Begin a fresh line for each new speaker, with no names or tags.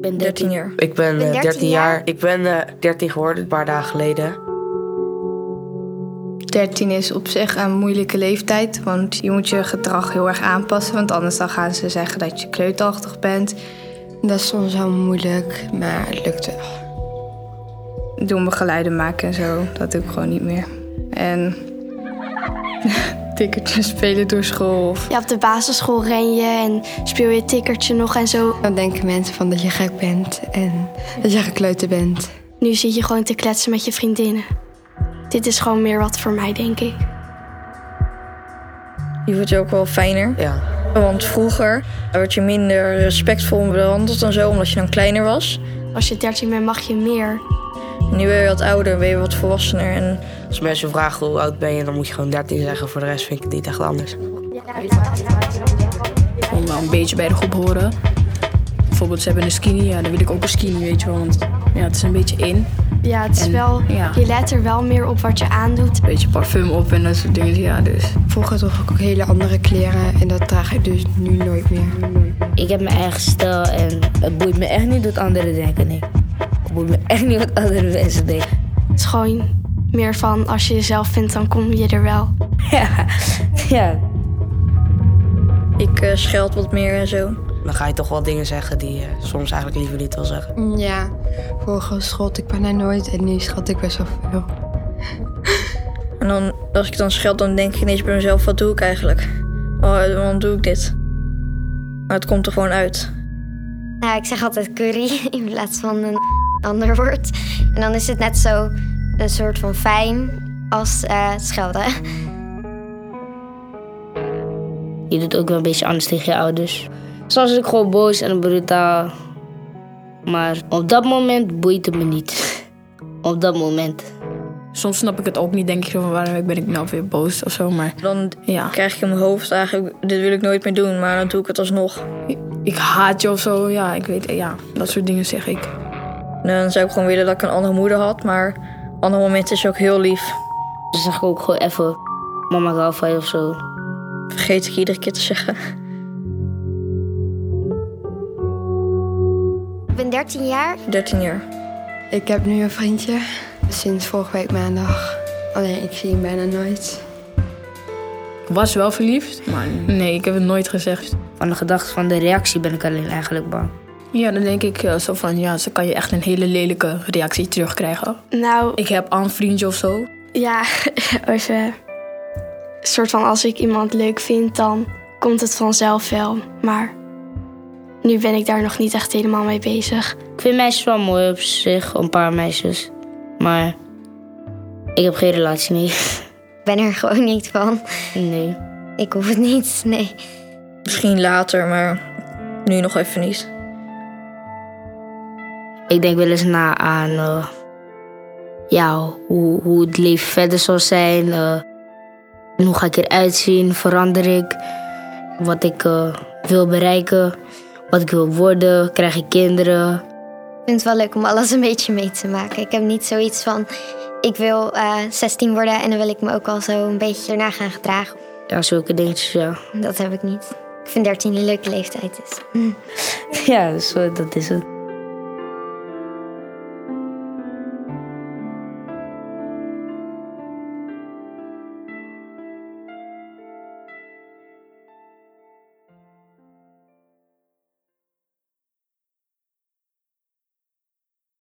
ben 13 jaar.
Ik ben,
ben
eh, 13,
13
jaar.
jaar.
Ik ben eh, 13 geworden, een paar dagen geleden.
13 is op zich een moeilijke leeftijd, want je moet je gedrag heel erg aanpassen, want anders dan gaan ze zeggen dat je kleuterachtig bent.
Dat is soms wel moeilijk, maar het lukt wel.
Doen we geluiden maken en zo, dat doe ik gewoon niet meer. En tikkertjes spelen door school of
Ja, op de basisschool ren je en speel je tikkertje nog en zo.
Dan denken mensen van dat je gek bent en dat je gekleuter bent.
Nu zit je gewoon te kletsen met je vriendinnen. Dit is gewoon meer wat voor mij, denk ik.
Je voelt je ook wel fijner.
Ja.
Want vroeger werd je minder respectvol behandeld en zo, omdat je dan kleiner was.
Als je 13 bent, mag je meer.
Nu ben je wat ouder, ben je wat volwassener. En
Als mensen vragen hoe oud ben je, dan moet je gewoon 13 zeggen. Voor de rest vind ik het niet echt anders.
gewoon wel eh, een beetje bij de groep horen. Bijvoorbeeld, ze hebben een skinny, ja, dan wil ik ook een skinny, weet je wel. Want ja, het is een beetje in.
Ja, het is
En-
wel,
ja.
je let er wel meer op wat je aandoet.
Een beetje parfum op en dat soort dingen, ja, dus.
Vroeger droeg ik ook hele andere kleren en dat draag ik dus nu nooit meer.
Ik heb mijn eigen stijl en het boeit me echt niet wat anderen denken. Nee. Het boeit me echt niet wat andere mensen denken.
Het is gewoon meer van als je jezelf vindt, dan kom je er wel.
Ja, ja.
ik eh, scheld wat meer en zo.
Dan ga je toch wel dingen zeggen die je soms eigenlijk liever niet wil zeggen.
Ja, vroeger schold ik bijna nooit en nu schat ik best wel veel.
En dan, als ik dan scheld, dan denk ik ineens bij mezelf, wat doe ik eigenlijk? Oh, waarom doe ik dit? Maar het komt er gewoon uit.
Nou, ik zeg altijd curry in plaats van een ander woord. En dan is het net zo een soort van fijn als eh, schelden.
Je doet ook wel een beetje anders tegen je ouders. Soms is ik gewoon boos en brutaal. Maar op dat moment boeit het me niet. Op dat moment.
Soms snap ik het ook niet, denk ik zo van waarom ben ik nou weer boos of zo. Maar
Dan
ja,
krijg ik in mijn hoofd eigenlijk, dit wil ik nooit meer doen, maar dan doe ik het alsnog.
ik haat je of zo, ja, ik weet, ja, dat soort dingen zeg ik.
En dan zou ik gewoon willen dat ik een andere moeder had, maar op andere momenten is ze ook heel lief.
Dus zeg ik ook gewoon even, mama ik hou van je of zo.
Vergeet ik iedere keer te zeggen.
Ik ben 13 jaar.
13 jaar.
Ik heb nu een vriendje sinds vorige week maandag. Alleen ik zie hem bijna nooit.
Ik was wel verliefd, maar nee, ik heb het nooit gezegd.
Van de gedachte van de reactie ben ik alleen eigenlijk bang.
Ja, dan denk ik eh, zo van, ja, ze kan je echt een hele lelijke reactie terugkrijgen.
Nou,
Ik heb al een vriendje of zo.
ja, als je... soort van als ik iemand leuk vind, dan komt het vanzelf wel. Maar nu ben ik daar nog niet echt helemaal mee bezig.
Ik vind meisjes wel mooi op zich, een paar meisjes. Maar ik heb geen relatie, nee.
Ik ben er gewoon niet van.
Nee.
Ik hoef het niet, nee.
Misschien later, maar nu nog even niet.
Ik denk wel eens na aan eh, ja, hoe, hoe het leven verder zal zijn. eh, en hoe ga ik eruit zien? Verander ik? Wat ik eh, wil bereiken? Wat ik wil worden? Krijg ik kinderen?
Ik vind het wel leuk om alles een beetje mee te maken. Ik heb niet zoiets van, ik wil eh, 16 worden en dan wil ik me ook al zo een beetje erna gaan gedragen.
Ja, zulke dingetjes, ja.
Dat heb ik niet. Ik vind 13 een leuke leeftijd. Dus.
Ja, zo, dat is het.